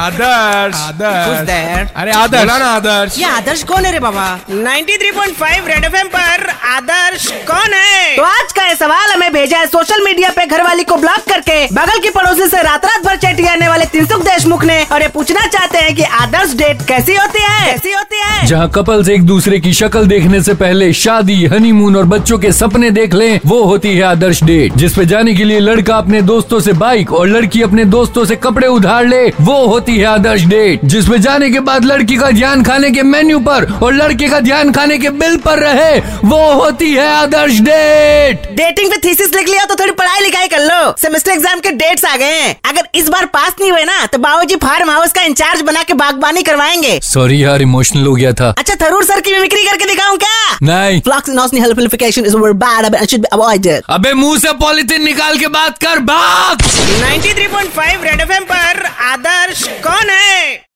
Adarsh Adarsh Who's there? अरे आदर्श बोला ना आदर्श ये आदर्श कौन है रे बाबा 93.5 रेड एफएम पर आदर्श कौन है तो आज का ये सवाल हमें भेजा है सोशल मीडिया पे घरवाली को ब्लॉक करके बगल की पड़ोसी से रात रात भर चैट करने वाले तिनसुख देशमुख ने और ये पूछना चाहते हैं कि आदर्श डेट कैसी होती है कैसी होती है जहां कपल्स एक दूसरे की शक्ल देखने से पहले शादी हनीमून और बच्चों के सपने देख लें वो होती है आदर्श डेट जिस पे जाने के लिए लड़का अपने दोस्तों से बाइक और लड़की अपने दोस्तों से कपड़े उधार ले वो होती है आदर्श डेट जिस पे जाने के बाद लड़की का ध्यान खाने के मेन्यू पर और लड़के का ध्यान खाने के बिल पर रहे वो होती है आदर्श डेट डेटिंग पे थीसिस लिख लिया तो थोड़ी पढ़ाई लिखाई कर लो सेमेस्टर एग्जाम के डेट्स आ गए हैं अगर इस बार पास नहीं हुए ना तो बाबूजी फार्म हाउस का इंचार्ज बना के बागबानी करवाएंगे सॉरी यार इमोशनल हो गया था अच्छा थरूर सर की मिमिक्री करके दिखाऊं क्या नहीं Floxinosin helpinfication is over bad and should be avoided. अबे मुंह से पॉलिथिन निकाल के बात कर भाग 93.5 रेड एफएम पर आदर्श कौन